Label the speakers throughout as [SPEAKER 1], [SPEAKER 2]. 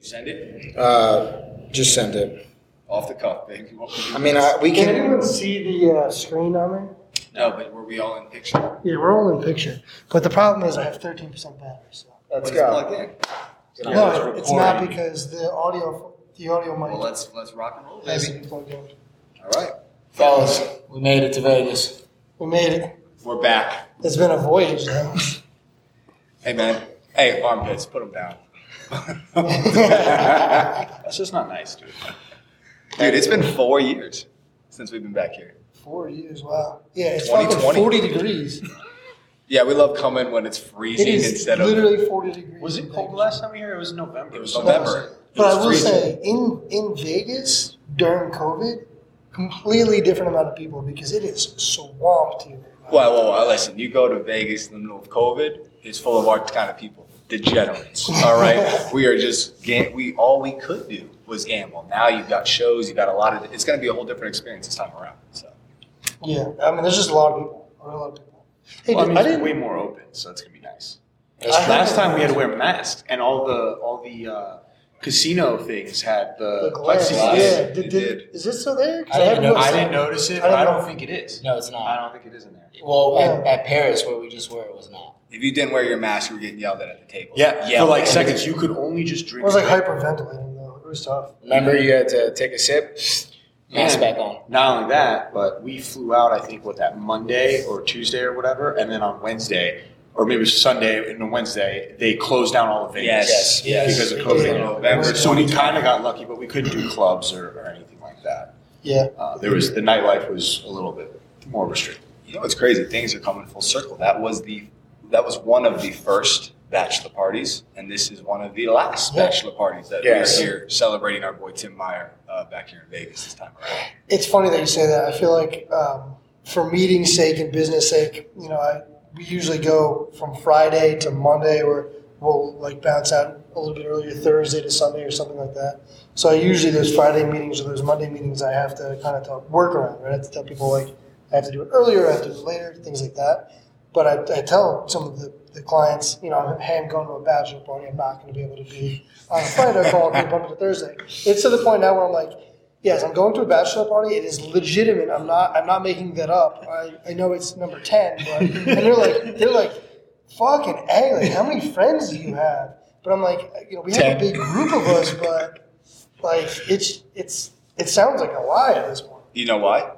[SPEAKER 1] Send it
[SPEAKER 2] Uh, just send it.
[SPEAKER 1] off the cuff, baby. What would you-
[SPEAKER 2] I mean, I, we
[SPEAKER 3] Can
[SPEAKER 2] can.
[SPEAKER 3] anyone see the uh, screen on there?
[SPEAKER 1] No, but were we all in picture?
[SPEAKER 3] Yeah, we're all in picture. But the problem is I have 13% battery.
[SPEAKER 2] Let's
[SPEAKER 3] So.
[SPEAKER 1] But it's
[SPEAKER 2] go.
[SPEAKER 1] plugged in.
[SPEAKER 3] No, it's not because the audio, the audio mic
[SPEAKER 1] Well, let's, let's rock and roll,
[SPEAKER 3] has to
[SPEAKER 1] baby.
[SPEAKER 3] be plugged in.
[SPEAKER 1] All right.
[SPEAKER 4] Fellas, we made it to Vegas.
[SPEAKER 3] We made it.
[SPEAKER 1] We're back.
[SPEAKER 3] It's been a voyage, though.
[SPEAKER 1] Hey, man. Hey, armpits, put them down. That's just not nice, dude. Dude, it's been four years since we've been back here.
[SPEAKER 3] Four years, wow. Yeah, it's fucking
[SPEAKER 1] 2020.
[SPEAKER 3] 40 degrees.
[SPEAKER 1] Yeah, we love coming when it's
[SPEAKER 3] It
[SPEAKER 1] freezing
[SPEAKER 3] is
[SPEAKER 1] instead of.
[SPEAKER 3] literally 40 degrees.
[SPEAKER 5] Was
[SPEAKER 3] in
[SPEAKER 5] it cold
[SPEAKER 3] Vegas.
[SPEAKER 5] last time we were here? It was November.
[SPEAKER 1] It was
[SPEAKER 5] So
[SPEAKER 1] November.
[SPEAKER 3] But I
[SPEAKER 1] It was
[SPEAKER 3] will
[SPEAKER 1] freezing.
[SPEAKER 3] say, in, in Vegas during COVID, completely different amount of people because it is swamped here.
[SPEAKER 1] Well, well, well, listen, you go to Vegas in the middle of COVID, it's full of our kind of people, degenerates. All right. we are just, ga- we all we could do was gamble. Now you've got shows, you've got a lot of, it's going to be a whole different experience this time around. So,
[SPEAKER 3] Yeah, I mean, there's just a lot of people. A lot of people. Hey,
[SPEAKER 5] Well, I
[SPEAKER 3] dude,
[SPEAKER 5] mean,
[SPEAKER 3] I
[SPEAKER 5] it's
[SPEAKER 3] didn't.
[SPEAKER 5] way more open, so it's gonna be nice.
[SPEAKER 3] I heard
[SPEAKER 5] Last
[SPEAKER 3] that-
[SPEAKER 5] time we had to wear masks, and all the all the uh, casino things had
[SPEAKER 3] the
[SPEAKER 5] the,
[SPEAKER 3] glass. Yeah,
[SPEAKER 5] plexiglass.
[SPEAKER 1] It
[SPEAKER 3] did,
[SPEAKER 1] did.
[SPEAKER 3] did, is it still there? 'Cause
[SPEAKER 4] I
[SPEAKER 3] haven't
[SPEAKER 4] didn't know-
[SPEAKER 5] I
[SPEAKER 3] noticed
[SPEAKER 5] didn't
[SPEAKER 3] it.
[SPEAKER 5] notice it,
[SPEAKER 3] I
[SPEAKER 5] but
[SPEAKER 3] don't
[SPEAKER 5] I don't
[SPEAKER 3] know.
[SPEAKER 5] think it is.
[SPEAKER 4] No, it's
[SPEAKER 5] I
[SPEAKER 4] not.
[SPEAKER 5] don't think it is in there.
[SPEAKER 4] Well, at,
[SPEAKER 3] Yeah.
[SPEAKER 4] at Paris, where we just were, it was not.
[SPEAKER 1] if you didn't wear your mask, you were getting yelled at at the table.
[SPEAKER 5] yeah.
[SPEAKER 1] Yelled
[SPEAKER 5] For like
[SPEAKER 1] at.
[SPEAKER 5] seconds, you could only just
[SPEAKER 3] I
[SPEAKER 5] drink.
[SPEAKER 3] was like
[SPEAKER 5] it.
[SPEAKER 3] hyperventilating though. It was tough.
[SPEAKER 2] Remember, you had to take a sip.
[SPEAKER 4] Mask
[SPEAKER 5] Man.
[SPEAKER 4] back on.
[SPEAKER 5] Not only that, but we flew out. I think what that Monday or Tuesday or whatever, and then on Wednesday. Or maybe it was Sunday and on Wednesday they closed down all of Vegas
[SPEAKER 1] Yes,
[SPEAKER 4] yes.
[SPEAKER 5] because of
[SPEAKER 3] They
[SPEAKER 5] COVID.
[SPEAKER 3] did.
[SPEAKER 1] November
[SPEAKER 5] So we kind of got lucky, but we couldn't do clubs or, or anything like that.
[SPEAKER 3] Yeah.
[SPEAKER 5] Uh, there was the nightlife was a little bit more restricted.
[SPEAKER 1] You know what's crazy? Things are coming full circle. That was the that was one of the first bachelor parties, and this is one of the last
[SPEAKER 3] Yeah.
[SPEAKER 1] bachelor parties that
[SPEAKER 2] Yes.
[SPEAKER 1] we're here celebrating our boy Tim Meyer uh, back here in Vegas this time around.
[SPEAKER 3] It's funny that you say that. I feel like um, for meeting's sake and business sake, you know, I, we usually go from Friday to Monday, or we'll like bounce out a little bit earlier Thursday to Sunday or something like that. So I usually those Friday meetings or those Monday meetings, I have to kind of talk, work around. Right? I have to tell people like I have to do it earlier, I have to do it later, things like that. But I, I tell some of the, the clients, you know, I'm, hey, I'm going to a bachelor party. I'm not going to be able to be on a Friday call. Can you bump it to Thursday? It's to the point now where I'm like, yes, I'm going to a bachelor party. It is legitimate. I'm not. I'm not making that up. I, I know it's number ten, but and they're like, they're like, fucking a. Like, how many friends do you have? But I'm like, you know, we have a big group of us, but like, it's it's it sounds like a lie at this point.
[SPEAKER 1] You know why?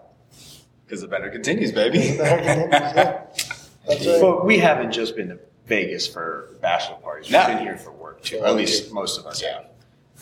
[SPEAKER 1] Because the vendor continues, baby.
[SPEAKER 3] Yeah. That's right.
[SPEAKER 5] But we haven't just been to Vegas for bachelor parties. We've
[SPEAKER 1] No.
[SPEAKER 5] been here for work too. Or at least most of us have.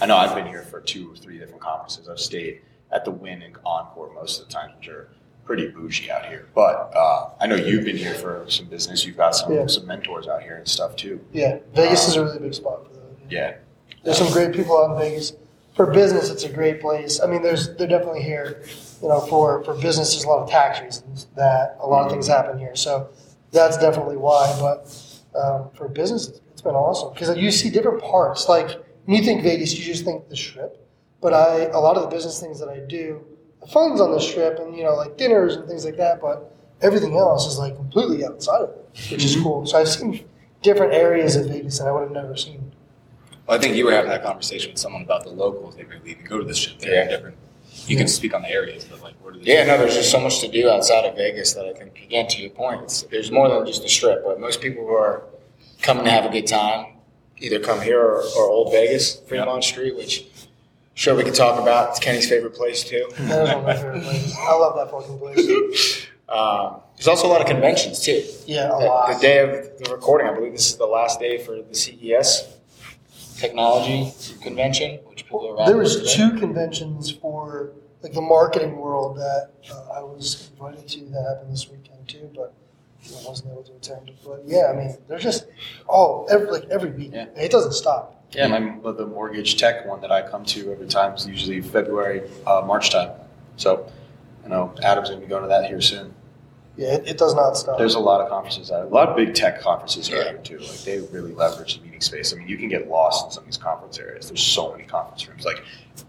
[SPEAKER 5] I know I've been here for two or three different conferences. I've stayed at the Win and Encore most of the times, which are pretty bougie out here. But uh, I know you've been here for some business. You've got some
[SPEAKER 3] Yeah.
[SPEAKER 5] some mentors out here and stuff too.
[SPEAKER 3] Yeah, Vegas is a really big spot for that.
[SPEAKER 5] Yeah.
[SPEAKER 3] There's some great people out in Vegas. For business, it's a great place. I mean, there's they're definitely here, you know, for for business. There's a lot of tax reasons that a lot of things happen here, so that's definitely why. But um, for business, it's been awesome because you see different parts. Like when you think Vegas, you just think the Strip, but I a lot of the business things that I do, the fun's on the Strip, and you know, like dinners and things like that. But everything else is like completely outside of it, which is cool. So I've seen different areas of Vegas that I would have never seen.
[SPEAKER 1] Well, I think you were having that conversation with someone about the locals. They may leave and go to this shit. They're
[SPEAKER 2] Yeah.
[SPEAKER 1] different. You can speak on the areas, but like, where do they?
[SPEAKER 2] Yeah, no, there's just so much to do outside of Vegas that I think, again, to your point, it's, there's more than just the strip. But most people who are coming to have a good time either come here or, or Old Vegas, Fremont Street, which sure we could talk about. It's Kenny's favorite place too.
[SPEAKER 3] That was one of my favorite places. I love that fucking place.
[SPEAKER 2] Um, there's also a lot of conventions too.
[SPEAKER 3] Yeah, a
[SPEAKER 2] The, the
[SPEAKER 3] lot.
[SPEAKER 2] day of the recording, I believe this is the last day for the E CES technology convention, which people are.
[SPEAKER 3] There
[SPEAKER 2] rabid
[SPEAKER 3] was
[SPEAKER 2] about.
[SPEAKER 3] two conventions for like the marketing world that uh, I was invited to that happened this weekend too, but I wasn't able to attend. But yeah, I mean, there's just oh, every, like every week,
[SPEAKER 5] Yeah.
[SPEAKER 3] it doesn't stop.
[SPEAKER 5] Yeah, my, but the mortgage tech one that I come to every time is usually February, uh, March time. So I know Adam's going to be going to that here soon.
[SPEAKER 3] Yeah, it, it does not stop.
[SPEAKER 5] There's a lot of conferences out. A lot of big tech conferences are out here too. Like they really leverage the meeting space. I mean, you can get lost in some of these conference areas. There's so many conference rooms. Like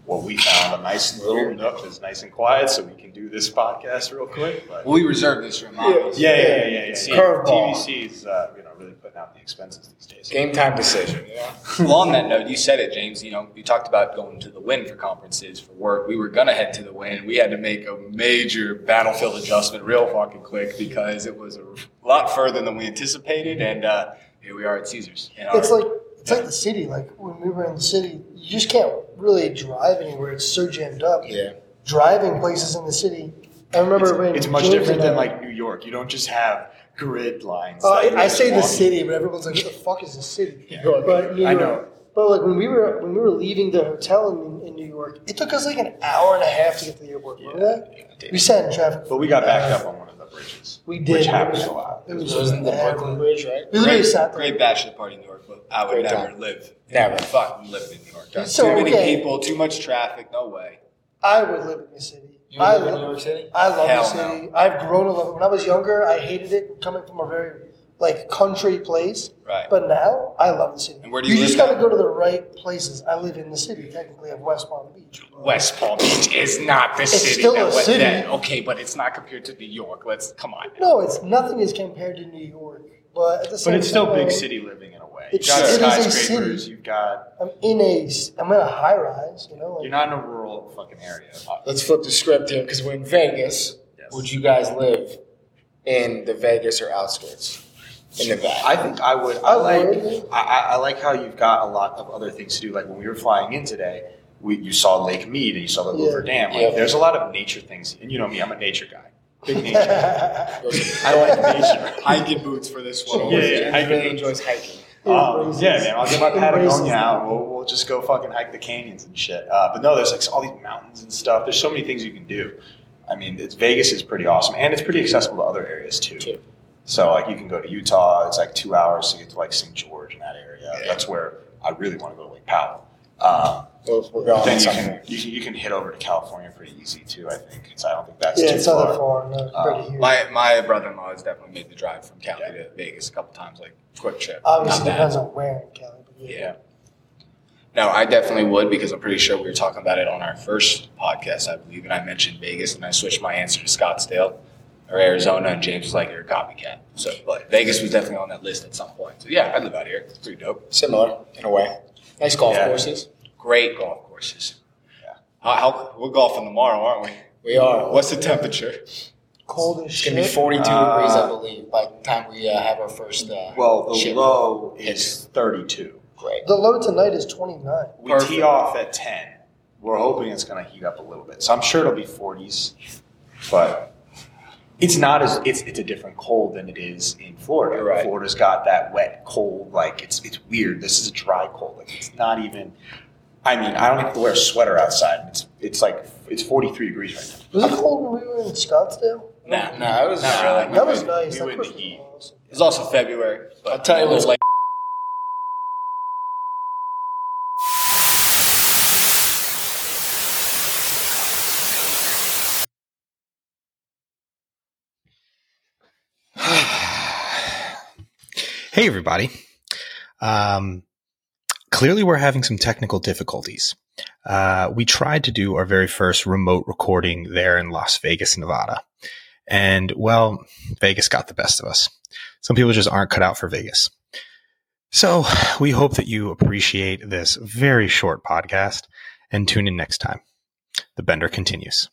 [SPEAKER 5] what we found, a nice little nook that's nice and quiet, so we can do this podcast real quick. But
[SPEAKER 1] Well, we reserved this room. obviously.
[SPEAKER 5] yeah, yeah, yeah, yeah. yeah.
[SPEAKER 2] Curveball.
[SPEAKER 5] TVC's, uh, you know, really putting out the expenses these days.
[SPEAKER 2] Game time decision, you know?
[SPEAKER 1] Well, on that note, you said it, James. You know, you talked about going to the Win for conferences for work. We were gonna head to the Win. We had to make a major battlefield adjustment real fucking quick because it was a lot further than we anticipated, and uh, here we are at Caesars. And
[SPEAKER 3] It's
[SPEAKER 1] our-
[SPEAKER 3] like it's like the city. Like when we were in the city, you just can't really drive anywhere. It's so jammed up.
[SPEAKER 2] Yeah.
[SPEAKER 3] Driving places in the city. I remember when
[SPEAKER 5] It's, it's much
[SPEAKER 3] Jordan
[SPEAKER 5] different
[SPEAKER 3] and
[SPEAKER 5] than
[SPEAKER 3] I-
[SPEAKER 5] like New York. You don't just have grid lines.
[SPEAKER 3] Uh,
[SPEAKER 5] that
[SPEAKER 3] I- I
[SPEAKER 5] you're
[SPEAKER 3] say the
[SPEAKER 5] walking
[SPEAKER 3] city, but everyone's like, "What the fuck is the city?"
[SPEAKER 5] Yeah.
[SPEAKER 3] But New
[SPEAKER 5] I
[SPEAKER 3] York-
[SPEAKER 5] know.
[SPEAKER 3] But like when we were when we were leaving the hotel in, in New York, it took us like an hour and a half to get to the airport. Remember that? We sat in traffic.
[SPEAKER 5] But we got backed up on one of the bridges.
[SPEAKER 3] We did.
[SPEAKER 5] Which happens a lot.
[SPEAKER 3] It was,
[SPEAKER 4] So isn't the
[SPEAKER 3] bad.
[SPEAKER 4] Brooklyn
[SPEAKER 3] We
[SPEAKER 4] Bridge, right?
[SPEAKER 3] literally
[SPEAKER 1] great,
[SPEAKER 3] sat there.
[SPEAKER 1] great bachelor party in New York, but I would
[SPEAKER 2] Great
[SPEAKER 1] never
[SPEAKER 2] time.
[SPEAKER 1] live.
[SPEAKER 2] Never.
[SPEAKER 1] Fucking live in New York. There's
[SPEAKER 3] So,
[SPEAKER 1] too many
[SPEAKER 3] okay.
[SPEAKER 1] people, too much traffic. No way.
[SPEAKER 3] I would live in the city.
[SPEAKER 4] You
[SPEAKER 3] I
[SPEAKER 4] live in
[SPEAKER 3] lo-
[SPEAKER 4] New York City?
[SPEAKER 3] I love
[SPEAKER 1] Hell
[SPEAKER 3] the city. I've grown to love it. When I was younger, I hated it coming from a very like country place.
[SPEAKER 1] Right.
[SPEAKER 3] But now I love the city.
[SPEAKER 1] And where do you
[SPEAKER 3] just
[SPEAKER 1] live
[SPEAKER 3] gotta
[SPEAKER 1] now?
[SPEAKER 3] go to the right places. I live in the city, technically, of West Palm Beach.
[SPEAKER 1] West Palm Beach is not the city.
[SPEAKER 3] still
[SPEAKER 1] that
[SPEAKER 3] a
[SPEAKER 1] was
[SPEAKER 3] city.
[SPEAKER 1] Then. Okay, but it's not compared to New York. Let's come on.
[SPEAKER 3] No, it's nothing is compared to New York, but at the same
[SPEAKER 5] But it's still
[SPEAKER 3] time,
[SPEAKER 5] big city living in a way. You've
[SPEAKER 3] It's-
[SPEAKER 5] got
[SPEAKER 1] it is a
[SPEAKER 5] skyscrapers.
[SPEAKER 3] city.
[SPEAKER 5] You've got.
[SPEAKER 3] I'm in a s- I'm in a high rise. You know, like,
[SPEAKER 5] You're not in a rural fucking area.
[SPEAKER 2] Let's flip the script here because we're in Vegas.
[SPEAKER 5] Yes.
[SPEAKER 2] Would you guys live in the Vegas or outskirts? In the back?
[SPEAKER 5] I think I would. I
[SPEAKER 3] I
[SPEAKER 5] like.
[SPEAKER 3] would.
[SPEAKER 5] I, I- I like how you've got a lot of other things to do. Like when we were flying in today, we, you saw Lake Mead and you saw the
[SPEAKER 3] Yeah.
[SPEAKER 5] Hoover Dam. Like
[SPEAKER 2] Yeah.
[SPEAKER 5] there's a lot of nature things, and you know me, I'm a nature guy. Big nature. I like nature.
[SPEAKER 1] Hiking boots for this one.
[SPEAKER 5] Yeah, yeah,
[SPEAKER 2] James
[SPEAKER 5] I
[SPEAKER 2] really
[SPEAKER 5] can-
[SPEAKER 2] enjoys hiking.
[SPEAKER 5] Um, yeah, man. I'll get my
[SPEAKER 3] Embraces
[SPEAKER 5] Patagonia
[SPEAKER 3] the-
[SPEAKER 5] out. We'll, we'll just go fucking hike the canyons and shit. Uh, but no, there's like all these mountains and stuff. There's so many things you can do. I mean, it's, Vegas is pretty awesome, and it's pretty accessible to other areas too.
[SPEAKER 2] Sure.
[SPEAKER 5] So like, you can go to Utah. It's like two hours to get to like St. George and that area. That's where I really want to go to Lake Powell. Um,
[SPEAKER 2] Well, we're
[SPEAKER 5] but
[SPEAKER 2] going
[SPEAKER 5] then you
[SPEAKER 2] somewhere.
[SPEAKER 5] can, you can you can hit over to California pretty easy too. I think. So I don't think that's
[SPEAKER 3] yeah,
[SPEAKER 5] too
[SPEAKER 3] it's not
[SPEAKER 5] far.
[SPEAKER 3] that far. No,
[SPEAKER 5] Uh,
[SPEAKER 3] compared to here.
[SPEAKER 1] My my brother in law has definitely made the drive from Cali to Vegas a couple times, like quick trip.
[SPEAKER 3] Obviously,
[SPEAKER 1] Not bad.
[SPEAKER 3] depends on where in Cali. But yeah.
[SPEAKER 1] Yeah. No, I definitely would because I'm pretty sure we were talking about it on our first podcast, I believe, and I mentioned Vegas and I switched my answer to Scottsdale or Arizona, and James was like, "You're a copycat." So, but Vegas was definitely on that list at some point. So yeah, I live out here. It's pretty dope.
[SPEAKER 2] Similar in a way. Nice golf
[SPEAKER 5] Yeah.
[SPEAKER 2] courses.
[SPEAKER 1] Great golf courses.
[SPEAKER 5] Yeah.
[SPEAKER 1] How, how, we're golfing tomorrow, aren't we?
[SPEAKER 2] We are.
[SPEAKER 1] What's the temperature?
[SPEAKER 3] Cold as
[SPEAKER 2] It's
[SPEAKER 3] shit.
[SPEAKER 2] gonna be 42
[SPEAKER 5] Uh,
[SPEAKER 2] degrees, I believe, by the time we uh, have our first. Uh,
[SPEAKER 5] Well, the
[SPEAKER 2] ship.
[SPEAKER 5] low is 32.
[SPEAKER 2] Great.
[SPEAKER 3] The low tonight is 29.
[SPEAKER 5] We
[SPEAKER 1] Perfect.
[SPEAKER 5] tee off at 10. We're hoping it's going to heat up a little bit. So I'm sure it'll be 40s, but it's not as it's it's a different cold than it is in Florida.
[SPEAKER 1] You're right.
[SPEAKER 5] Florida's got that wet cold like it's it's weird. This is a dry cold. Like it's not even I mean, I don't have to wear a sweater outside. It's it's like it's 43 degrees right
[SPEAKER 3] Was it cold when we were in Scottsdale?
[SPEAKER 1] Nah,
[SPEAKER 2] No, it was.
[SPEAKER 1] not really.
[SPEAKER 3] That was nice.
[SPEAKER 5] we
[SPEAKER 3] that
[SPEAKER 5] were in
[SPEAKER 3] place
[SPEAKER 5] the heat.
[SPEAKER 3] was awesome.
[SPEAKER 1] It's also February. But
[SPEAKER 4] I'll tell you what's
[SPEAKER 1] like.
[SPEAKER 6] Hey, everybody. Um, clearly, we're having some technical difficulties. Uh, we tried to do our very first remote recording there in Las Vegas, Nevada. And, well, Vegas got the best of us. Some people just aren't cut out for Vegas. So, we hope that you appreciate this very short podcast and tune in next time. The Bender continues.